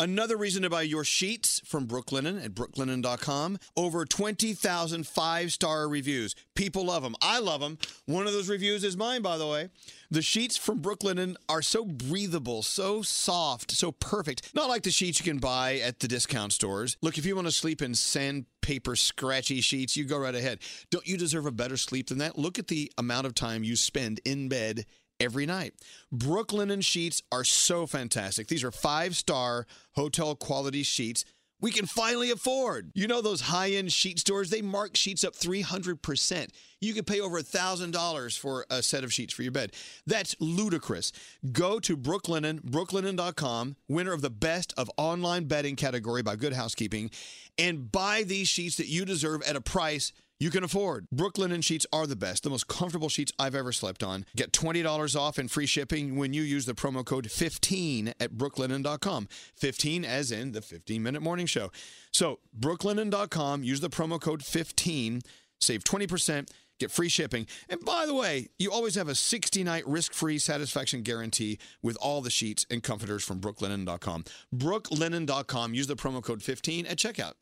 Another reason to buy your sheets from Brooklinen at brooklinen.com. Over 20,000 five star reviews. People love them. I love them. One of those reviews is mine, by the way. The sheets from Brooklinen are so breathable, so soft, so perfect. Not like the sheets you can buy at the discount stores. Look, if you want to sleep in sandpaper scratchy sheets, you go right ahead. Don't you deserve a better sleep than that? Look at the amount of time you spend in bed every night. Brooklinen sheets are so fantastic. These are five star hotel quality sheets we can finally afford. You know those high end sheet stores, they mark sheets up 300%. You could pay over $1,000 for a set of sheets for your bed. That's ludicrous. Go to Brooklinen, brooklinen.com, winner of the best of online bedding category by Good Housekeeping, and buy these sheets that you deserve at a price you can afford. Brooklinen sheets are the best, the most comfortable sheets I've ever slept on. Get $20 off and free shipping when you use the promo code 15 at brooklinen.com. 15 as in the 15 minute morning show. So, brooklinen.com, use the promo code 15, save 20%. Get free shipping. And by the way, you always have a 60 night risk free satisfaction guarantee with all the sheets and comforters from brooklinen.com. Brooklinen.com. Use the promo code 15 at checkout.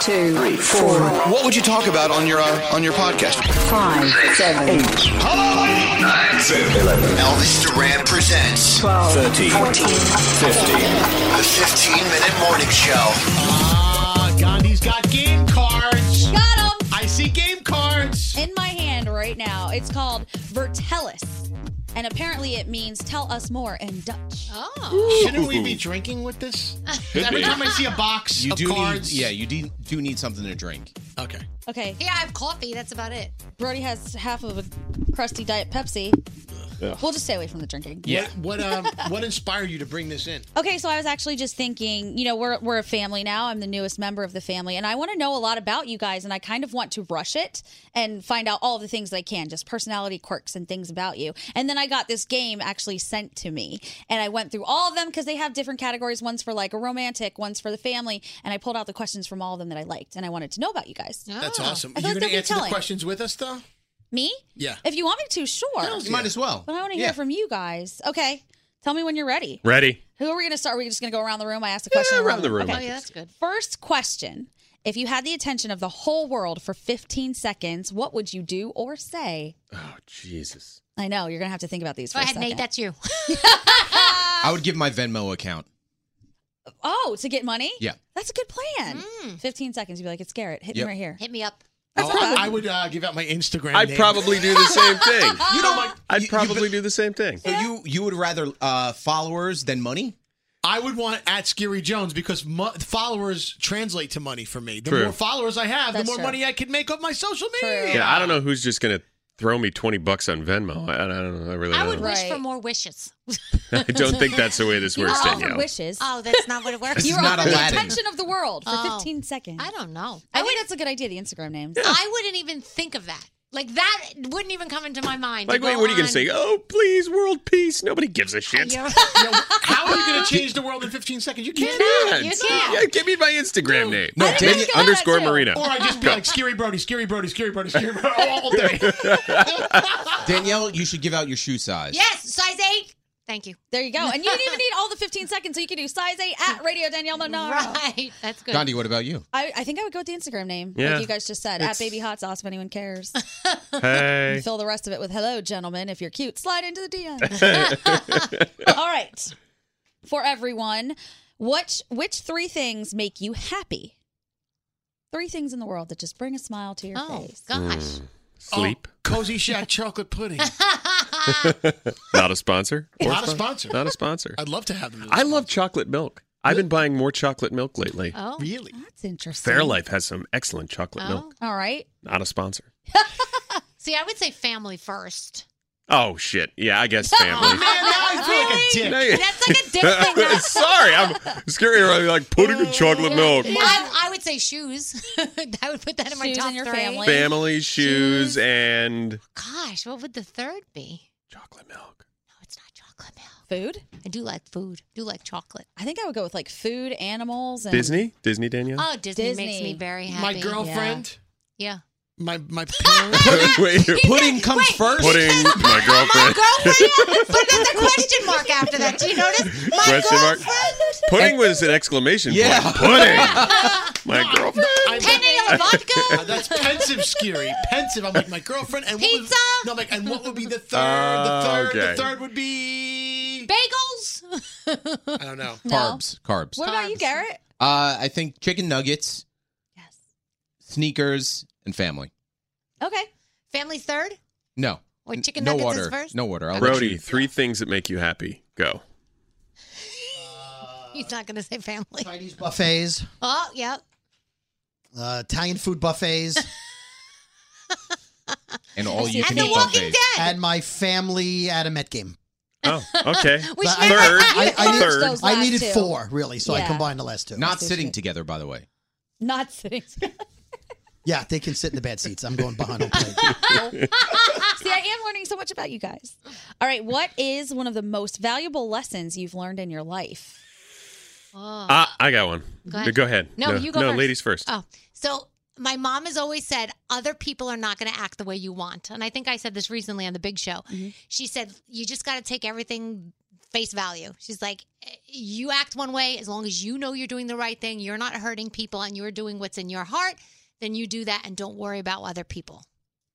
Two, three, four, What would you talk about on your uh, on your podcast? five, seven, eight, Elvis Duran presents 12, 13, 14, 15. The 15 minute morning show. Ah, Gandhi's got game cards. Got 'em! I see game cards. in my hand right now. It's called Vertellus. and apparently it means tell us more in Dutch. Oh. Shouldn't we be drinking with this? Could Every be. time I see a box You of do need- cards. yeah, you do, do need something to drink. Okay. Okay. Yeah, I have coffee. That's about it. Brody has half of a crusty Diet Pepsi. We'll just stay away from the drinking. What, what um what inspired you to bring this in? Okay, so I was actually just thinking, you know, we're we're a family now. I'm the newest member of the family, and I want to know a lot about you guys, and I kind of want to rush it and find out all the things that I can, just personality quirks and things about you. And then I got this game actually sent to me, and I went through all of them because they have different categories. One's for like a romantic, one's for the family, and I pulled out the questions from all of them that I liked, and I wanted to know about you guys. That's awesome. I feel You're like gonna they'll be answer the telling. questions with us though? Me? Yeah. If you want me to, sure. You might as well. But I want to Yeah. hear from you guys. Okay, tell me when you're ready. Ready? Who are we going to start? Are we just going to go around the room? I asked a question. around the room. Oh, yeah, that's good. First question. If you had the attention of the whole world for 15 seconds, what would you do or say? Jesus. I know you're going to have to think about these Go for a ahead, second. Nate. That's you. I would give my Venmo account. Oh, to get money? Yeah. That's a good plan. Mm. 15 seconds. You'd be like, it's Garrett. Hit Yep. me right here. Hit me up. Oh, I would uh, give out my Instagram. I'd name. probably do the same thing. You know, like, Uh-huh. I'd probably do the same thing. So you you would rather uh, followers than money? I would want at Scary Jones because mo- followers translate to money for me. The True. more followers I have, That's the more true. money I can make off my social media. Yeah, I don't know who's just gonna throw me twenty bucks on Venmo. I, I don't know. I really I don't. would know. wish for more wishes. I don't think that's the way this You were works, offered Danielle. wishes. Oh, that's not what it works. This you is were not offered the Aladdin. attention of the world for Oh. 15 seconds. I don't know. I think that's a good idea, the Instagram names. I wouldn't even think of that. Like that wouldn't even come into my mind. Like, to wait, go what are you gonna on. say? Oh, please, world peace. Nobody gives a shit. You're- How are you going to change the world in 15 seconds? You can't. Yeah, you it's- can't. yeah, give me my Instagram name. No, I didn't Daniel think about underscore that, too. Marina. Or I just be Go. like, Scary Brody, Scary Brody, Scary Brody, Scary Brody, Oh, all day. Danielle, you should give out your shoe size. Yes, size eight. Thank you. There you go. And you didn't even need all the 15 seconds, so you can do size 8 at Radio Danielle Monaro. Right. That's good. Gandhi, what about you? I, I think I would go with the Instagram name, Yeah. like you guys just said, It's- at Baby Hot Sauce if anyone cares. Hey. And fill the rest of it with "Hello, gentlemen. If you're cute, slide into the DM." All right, for everyone, which which three things make you happy? Three things in the world that just bring a smile to your Oh. face. Mm. Sleep. Oh, Cozy Shack chocolate pudding. Not a sponsor. Or Not a spon- sponsor. Not a sponsor. I'd love to have them. I love chocolate milk. I've been buying more chocolate milk lately. Oh, really? That's interesting. Fairlife has some excellent chocolate milk. All right. Not a sponsor. Oh. See, I would say family first. Oh shit! Yeah, I guess family. I feel like a dick. No, you- That's like a different thing. Sorry, I'm scary. I'm like pudding and chocolate Oh, milk. I, I would say shoes. I would put that in my Shoes top in your three. family. Family, shoes, and Gosh, what would the third be? Food. I do like food. I do like chocolate. I think I would go with like food, animals, and Disney. Disney, Danielle. Oh, Disney, makes Disney. me very happy. My girlfriend, Yeah. my my parents. Wait, Pudding comes first. pudding. My girlfriend. Girlfriend, but then the question mark after that. Do you notice? My Question mark. girlfriend. Pudding was an exclamation Yeah. point. Pudding. My girlfriend. I'm- Ten ale vodka. Uh, that's pensive, scary. Pensive. I'm like my girlfriend and What Pizza? would, no, I'm like, and what would be the third? Oh, the third. okay. The third would be. Bagels. I don't know. Carbs. Carbs. What about you, Garrett? Uh, I think chicken nuggets. Yes. Sneakers and family. Okay. Family's third. No. Or N- chicken no nuggets water. is first? No water. I'll Brody, Let you. three things that make you happy. Go. He's not going to say family. Chinese buffets, Oh, yeah. uh, Italian food buffets, And all you And can The eat Walking buffets. Dead. and my family at a Met game. Oh, okay. Which But never Third. I, I, Third. needed, Those I last needed two. four, really, so I Yeah. combined the last two. Not sitting together, by the way. Not sitting. Yeah, they can sit in the bad seats. I'm going behind on plate. See, I am learning so much about you guys. All right, what is one of the most valuable lessons you've learned in your life? Uh, I got one. Go ahead. Go ahead. Oh. No, you go No, first. ladies first. Oh, so my mom has always said other people are not going to act the way you want, and I think I said this recently on the Big Show. Mm-hmm. She said you just got to take everything face value. She's like, "Eh, you act one way as long as you know you're doing the right thing, you're not hurting people, and you're doing what's in your heart. Then you do that, and don't worry about other people.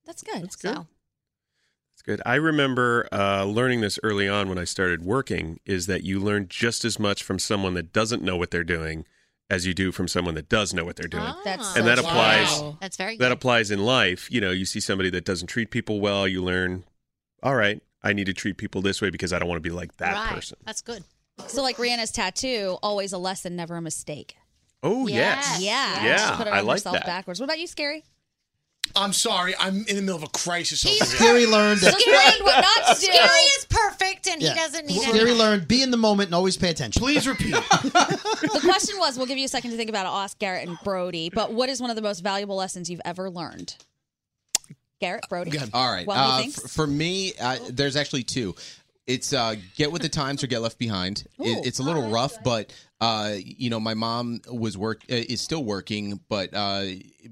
That's good. That's good. That's good. I remember uh, learning this early on when I started working is that you learn just as much from someone that doesn't know what they're doing as you do from someone that does know what they're doing. Oh, That's And so that true. applies- Wow. That's very That good. applies in life. You know, you see somebody that doesn't treat people well, you learn, all right, I need to treat people this way because I don't want to be like that Right. person. That's good. So like Rihanna's tattoo, always a lesson, never a mistake. Oh yes, Yeah. yeah. She put it I on like herself that. backwards. What about you, Scary? I'm sorry. I'm in the middle of a crisis. over here. Scary learned. what not to do. Scary is perfect, and Yeah. he doesn't need Scary anything. learned. Be in the moment and always pay attention. Please repeat. The question was, we'll give you a second to think about it, Oscar Garrett and Brody. But what is one of the most valuable lessons you've ever learned? Garrett, Brody. All right. Well, uh, he thinks. f- for me, uh, there's actually two. It's uh, get with the times or get left behind. Ooh. It, it's a little rough, but uh, you know, my mom was work uh, is still working, but uh,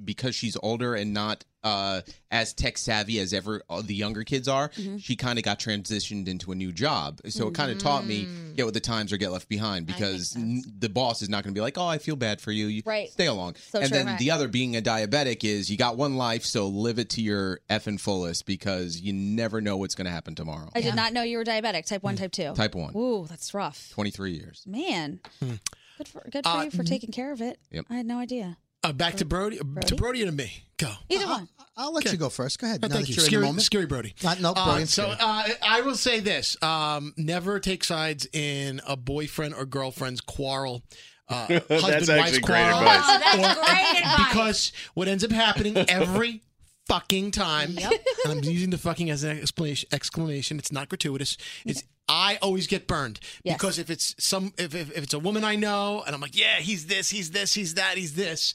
because she's older and not uh, as tech savvy as ever all the younger kids are, Mm-hmm. Mhm. she kind of got transitioned into a new job. So it kind of taught me Mm. get with the times or get left behind because n- the boss is not going to be like, "Oh, I feel bad for you. you Right. Stay along." So and true. then Right. the other being a diabetic is you got one life, so live it to your effing fullest because you never know what's going to happen tomorrow. I did not know you were diabetic, type one, type two. Hmm. Type one. Ooh, that's rough. 23 years. Man. Hmm. Good for good for Uh, you for taking care of it. Yep. I had no idea. Uh, back to Brody, to Brody and to me. Go. Either one. I'll let you go first. Go ahead. No, now thank that you. you're in the Scary, moment. scary Brody. Not no Uh, Brody. and so Scary. uh, I will say this: um, never take sides in a boyfriend or girlfriend's quarrel. Uh, That's husband-wife's actually great quarrel, advice. Oh, that's great advice. Because what ends up happening every fucking time, and I'm using the fucking as an explanation. Explanation. It's not gratuitous. It's I always get burned Yes. because if it's some if, if if it's a woman I know and I'm like, yeah, he's this, he's this, he's that, he's this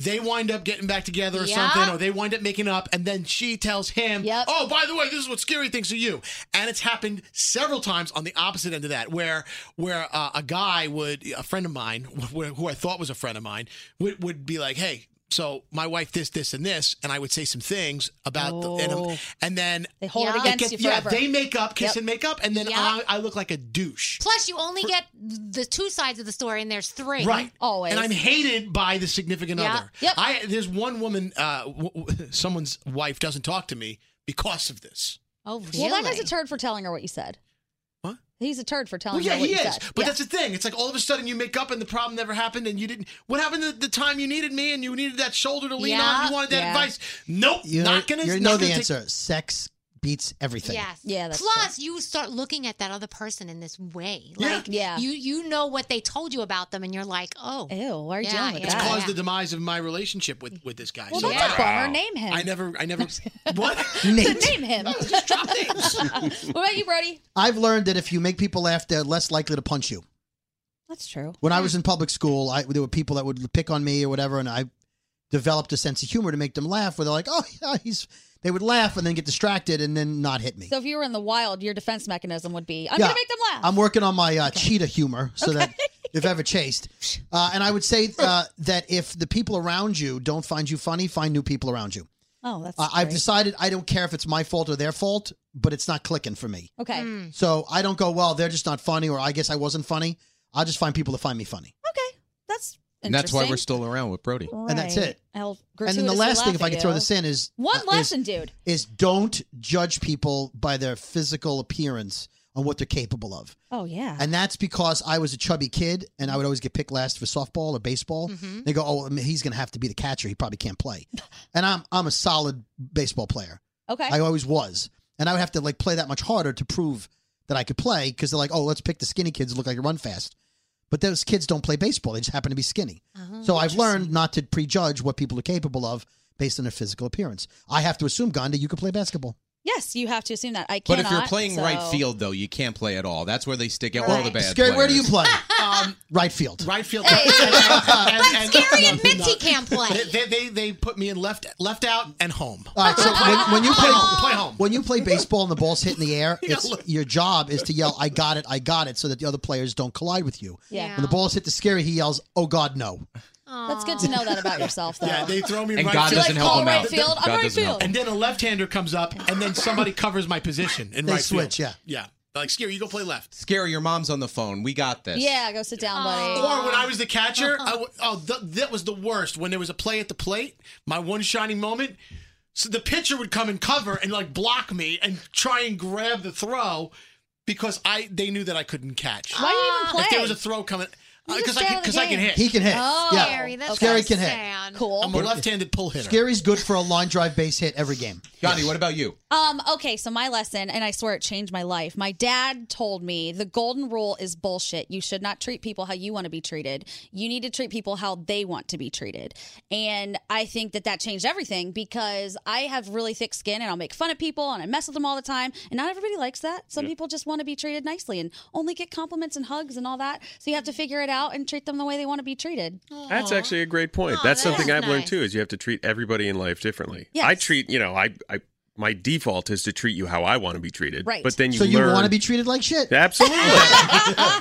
they wind up getting back together or Yeah. something, or they wind up making up, and then she tells him, "Oh, by the way, this is what Scary thinks of you." And it's happened several times on the opposite end of that, where where uh, a guy would, a friend of mine, who who I thought was a friend of mine, would would be like, "Hey." So my wife, this, this, and this, and I would say some things about, the, and, I'm- and then they Oh. hold it against you Yeah, forever. they make up, kiss Yep. and make up, and then Yep. I, I look like a douche. Plus, you only get the two sides of the story, and there's three. Oh, Right. And I'm hated by the significant Yeah. other. Yep. I there's one woman uh w- w- someone's wife doesn't talk to me because of this. Oh, Well, that guy's a turd for telling her what you said. What? He's a turd for telling Well, yeah, her what he you is. said. But Yeah. that's the thing. It's like all of a sudden you make up and the problem never happened and you didn't. What happened the, the time you needed me and you needed that shoulder to lean Yeah. on? You wanted that Yeah. advice. Nope. you know, not gonna. you not know gonna the take- answer. Sex beats everything. Yes. Yeah. Plus, you start looking at that other person in this way. Yeah. Like, Yeah. You you know what they told you about them, and you're like, oh, ew, why are you It's caused the demise of my relationship with, with this guy. Well, So that's a I- bummer. Name him. I never, I never. what? So name him. what about you, Brody? I've learned that if you make people laugh, they're less likely to punch you. That's true. When I was in public school, I, there were people that would pick on me or whatever, and I developed a sense of humor to make them laugh. Where they're like, "Oh, yeah, he's," they would laugh and then get distracted and then not hit me. So if you were in the wild, your defense mechanism would be, I'm Yeah. gonna make them laugh. I'm working on my uh, cheetah humor so that if ever chased, uh, and I would say uh, that if the people around you don't find you funny, find new people around you. Oh, that's. I I've great. decided I don't care if it's my fault or their fault, but it's not clicking for me. Okay. So I don't go, well, they're just not funny, or I guess I wasn't funny. I'll just find people to find me funny. That's. And that's why we're interesting. still around with Brody. And that's Right. it. I'll And then the gratuitously last laugh thing, if at I could throw you. this in, is one uh, is- lesson, dude. is don't judge people by their physical appearance on what they're capable of. Oh yeah. And that's because I was a chubby kid and I would always get picked last for softball or baseball. Mhm. They go, oh, I mean, he's going to have to be the catcher. He probably can't play. and I'm, I'm a solid baseball player. Okay. I always was. And I would have to like play that much harder to prove that I could play because they're like, oh, let's pick the skinny kids who look like they run fast. But those kids don't play baseball. They just happen to be skinny. so I've learned not to prejudge what people are capable of based on their physical appearance. I have to assume, Gandhi, you could play basketball. Yes, you have to assume that. I But cannot. if you're playing so- right field, though, you can't play at all. That's where they stick out all the bad Scary, where do you players. play? right field. Um, Right field. Scary admits he can't play. They, they they put me in left left out and home. All right, so when, when you play, play home. when you play baseball and the ball's hit in the air, it's, your job is to yell, "I got it, I got it," so that the other players don't collide with you. Yeah. When the ball's hit the scary, he yells, "Oh God, no!" That's good to know that about yourself, though. Yeah, they throw me in And right God field. doesn't Like, help "Oh, him right out. field, I'm God right doesn't help field." him. And then a left-hander comes up, and then somebody covers my position in They right field. switch, yeah. yeah. Like scary, you go play left. Scary, your mom's on the phone. We got this. Yeah, go sit down, buddy. Or when I was the catcher, I w- oh, th- that was the worst. When there was a play at the plate, my one shining moment. So the pitcher would come and cover and like block me and try and grab the throw because I they knew that I couldn't catch. Why do you even If there play? was a throw coming, Because I, can- 'cause I can hit. He can hit. Oh, yeah. Scary, that's Scary nice, can hit. Stan. Cool. I'm a left-handed pull hitter. Scary's good for a line drive base hit every game. Johnny, what about you? Um, okay, so my lesson, and I swear it changed my life. My dad told me the golden rule is bullshit. You should not treat people how you want to be treated. You need to treat people how they want to be treated. And I think that that changed everything because I have really thick skin and I'll make fun of people and I mess with them all the time. And not everybody likes that. Some people just want to be treated nicely and only get compliments and hugs and all that. So you have to figure it out and treat them the way they want to be treated. That's actually a great point. Aw, that's that something is I've learned nice. too. Is you have to treat everybody in life differently. Yes. I treat you know I I my default is to treat you how I want to be treated. Right. But then you so you learn want to be treated like shit. absolutely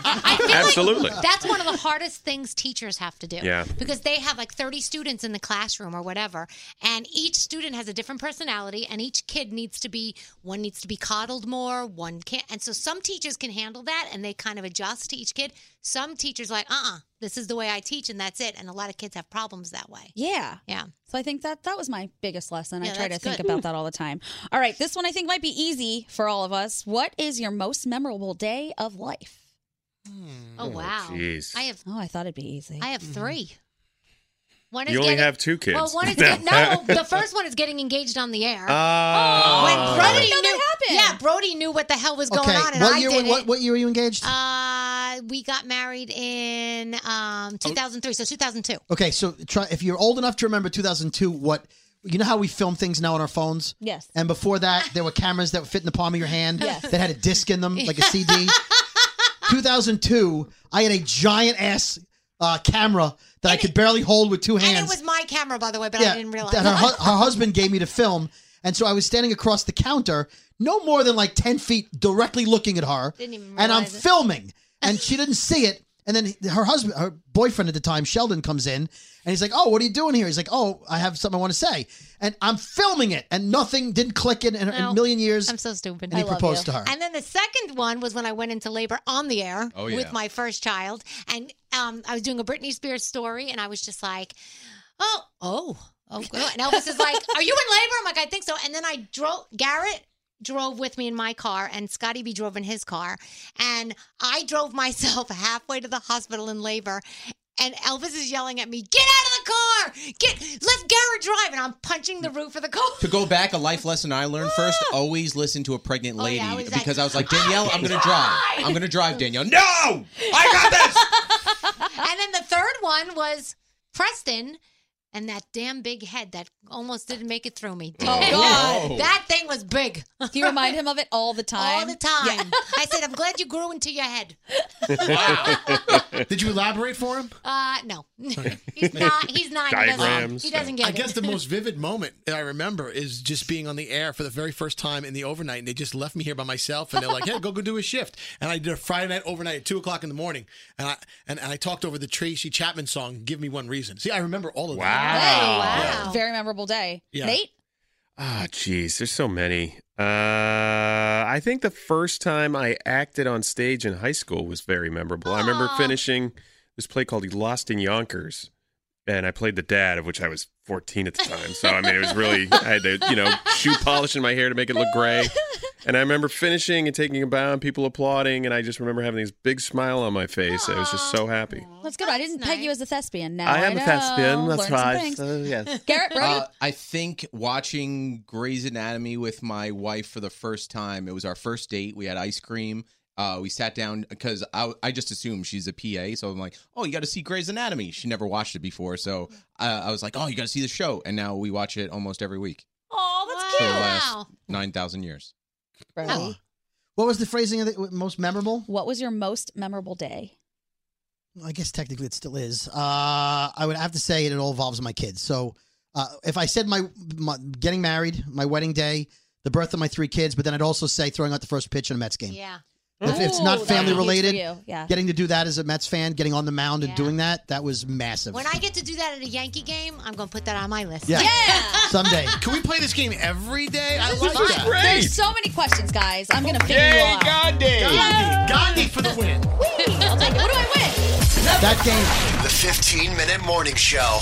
absolutely. That's one of the hardest things teachers have to do. Yeah. Because they have like 30 students in the classroom or whatever, and each student has a different personality, and each kid needs to be one needs to be coddled more, one can't. And so some teachers can handle that, and they kind of adjust to each kid. Some teachers are like, uh, uh this is the way I teach, and that's it. And a lot of kids have problems that way. Yeah. Yeah. So I think that that was my biggest lesson. Yeah, I try to that's think good. about that all the time. All right, this one I think might be easy for all of us. What is your most memorable day of life? Oh wow. Mm. jeez. I have. Oh, I thought it'd be easy. I have three. One Mm-hmm. You only getting- have two kids. Well, one is get, no. The first one is getting engaged on the Oh. air. when I Brody didn't knew, yeah, Brody knew what the hell was going okay. on, and what I year? did what, what year were you engaged? Uh, we got married in Oh. um 2003, so 2002. okay, so try if you're old enough to remember 2002. What you know how we film things now on our phones. Yes. And before that, there were cameras that would fit in the palm of your hand Yes. that had a disc in them, like a CD. 2002, I had a giant ass uh, camera that I could barely hold with two hands. And it was my camera, by the way, but I didn't realize. that her, hu- her husband gave me to film. And so I was standing across the counter, no more than like 10 feet, directly looking at her. Didn't even and I'm realize it. filming. And she didn't see it. And then her husband, her boyfriend at the time, Sheldon, comes in and he's like, Oh, what are you doing here? He's like, Oh, I have something I want to say. And I'm filming it. And nothing didn't click in, in No. a million years. I'm so stupid. And he proposed to her. And then the second one was when I went into labor on the air Oh, yeah. with my first child, and um, I was doing a Britney Spears story, and I was just like, "Oh, oh, oh!" good." And Elvis is like, "Are you in labor?" I'm like, "I think so." And then I drove Garrett. Drove with me in my car, and Scotty B drove in his car, and I drove myself halfway to the hospital in labor, and Elvis is yelling at me, "Get out of the car! Get let Garrett drive!" And I'm punching the roof of the car. To go back, a life lesson I learned first: always listen to a pregnant lady Ah. Oh, I was like, because I was like "I Danielle, I'm can gonna drive. drive!" I'm gonna drive, Danielle. No, and then the third one was Preston and that damn big head that almost didn't make it through me. Oh, God. Oh. That thing was big. Do you remind him of it all the time? All the time. I said, I'm glad you grew into your head. Did you elaborate for him? Uh, no. he's not. He's not. He doesn't, he doesn't get I it. guess the most vivid moment that I remember is just being on the air for the very first time in the overnight, and they just left me here by myself, and they're like, "Hey, go go do a shift." And I did a Friday night overnight at two o'clock in the morning, and I and, and I talked over the Tracy Chapman song, "Give Me One Reason." See, I remember all of that. Very memorable day. Yeah. Nate? Ah, jeez, there's so many. Uh, I think the first time I acted on stage in high school was very memorable. I remember finishing this play called Lost in Yonkers, and I played the dad, of which I was 14 at the time. So I mean, it was really I had to, you know, shoe polish in my hair to make it look gray. And I remember finishing and taking a bow, and people applauding, and I just remember having this big smile on my face. I was just so happy. That's good. I didn't peg you as a thespian. Now I am know. a thespian. That's Learned some right. things. So, yes. Garrett, Brody? Uh, I think watching Grey's Anatomy with my wife for the first time. It was our first date. We had ice cream. Uh, we sat down because I, I just assumed she's a PA, so I'm like, oh, you got to see Grey's Anatomy. She never watched it before, so uh, I was like, oh, you got to see the show, and now we watch it almost every week Oh, for the last nine thousand years. that's cute. Brody? What was the phrasing of the most memorable? What was your most memorable day? I guess technically it still is. Uh, I would have to say it, all involves my kids. So uh, if I said my, my getting married, my wedding day, the birth of my three kids, but then I'd also say throwing out the first pitch in a Mets uh, game. Yeah. If it's Ooh, not that's family huge for related, you. Yeah. getting to do that as a Mets fan, getting on the mound and doing that, that was massive. When I get to do that at a Yankee game, I'm going to put that on my list. Yeah. Someday. Can we play this game every day? I This like is fun. that. There's so many questions, guys. I'm going to figure you Yay, out. Gandhi. Gandhi. Gandhi for the win. I'll take it. What do I win? That game. The 15 minute morning show.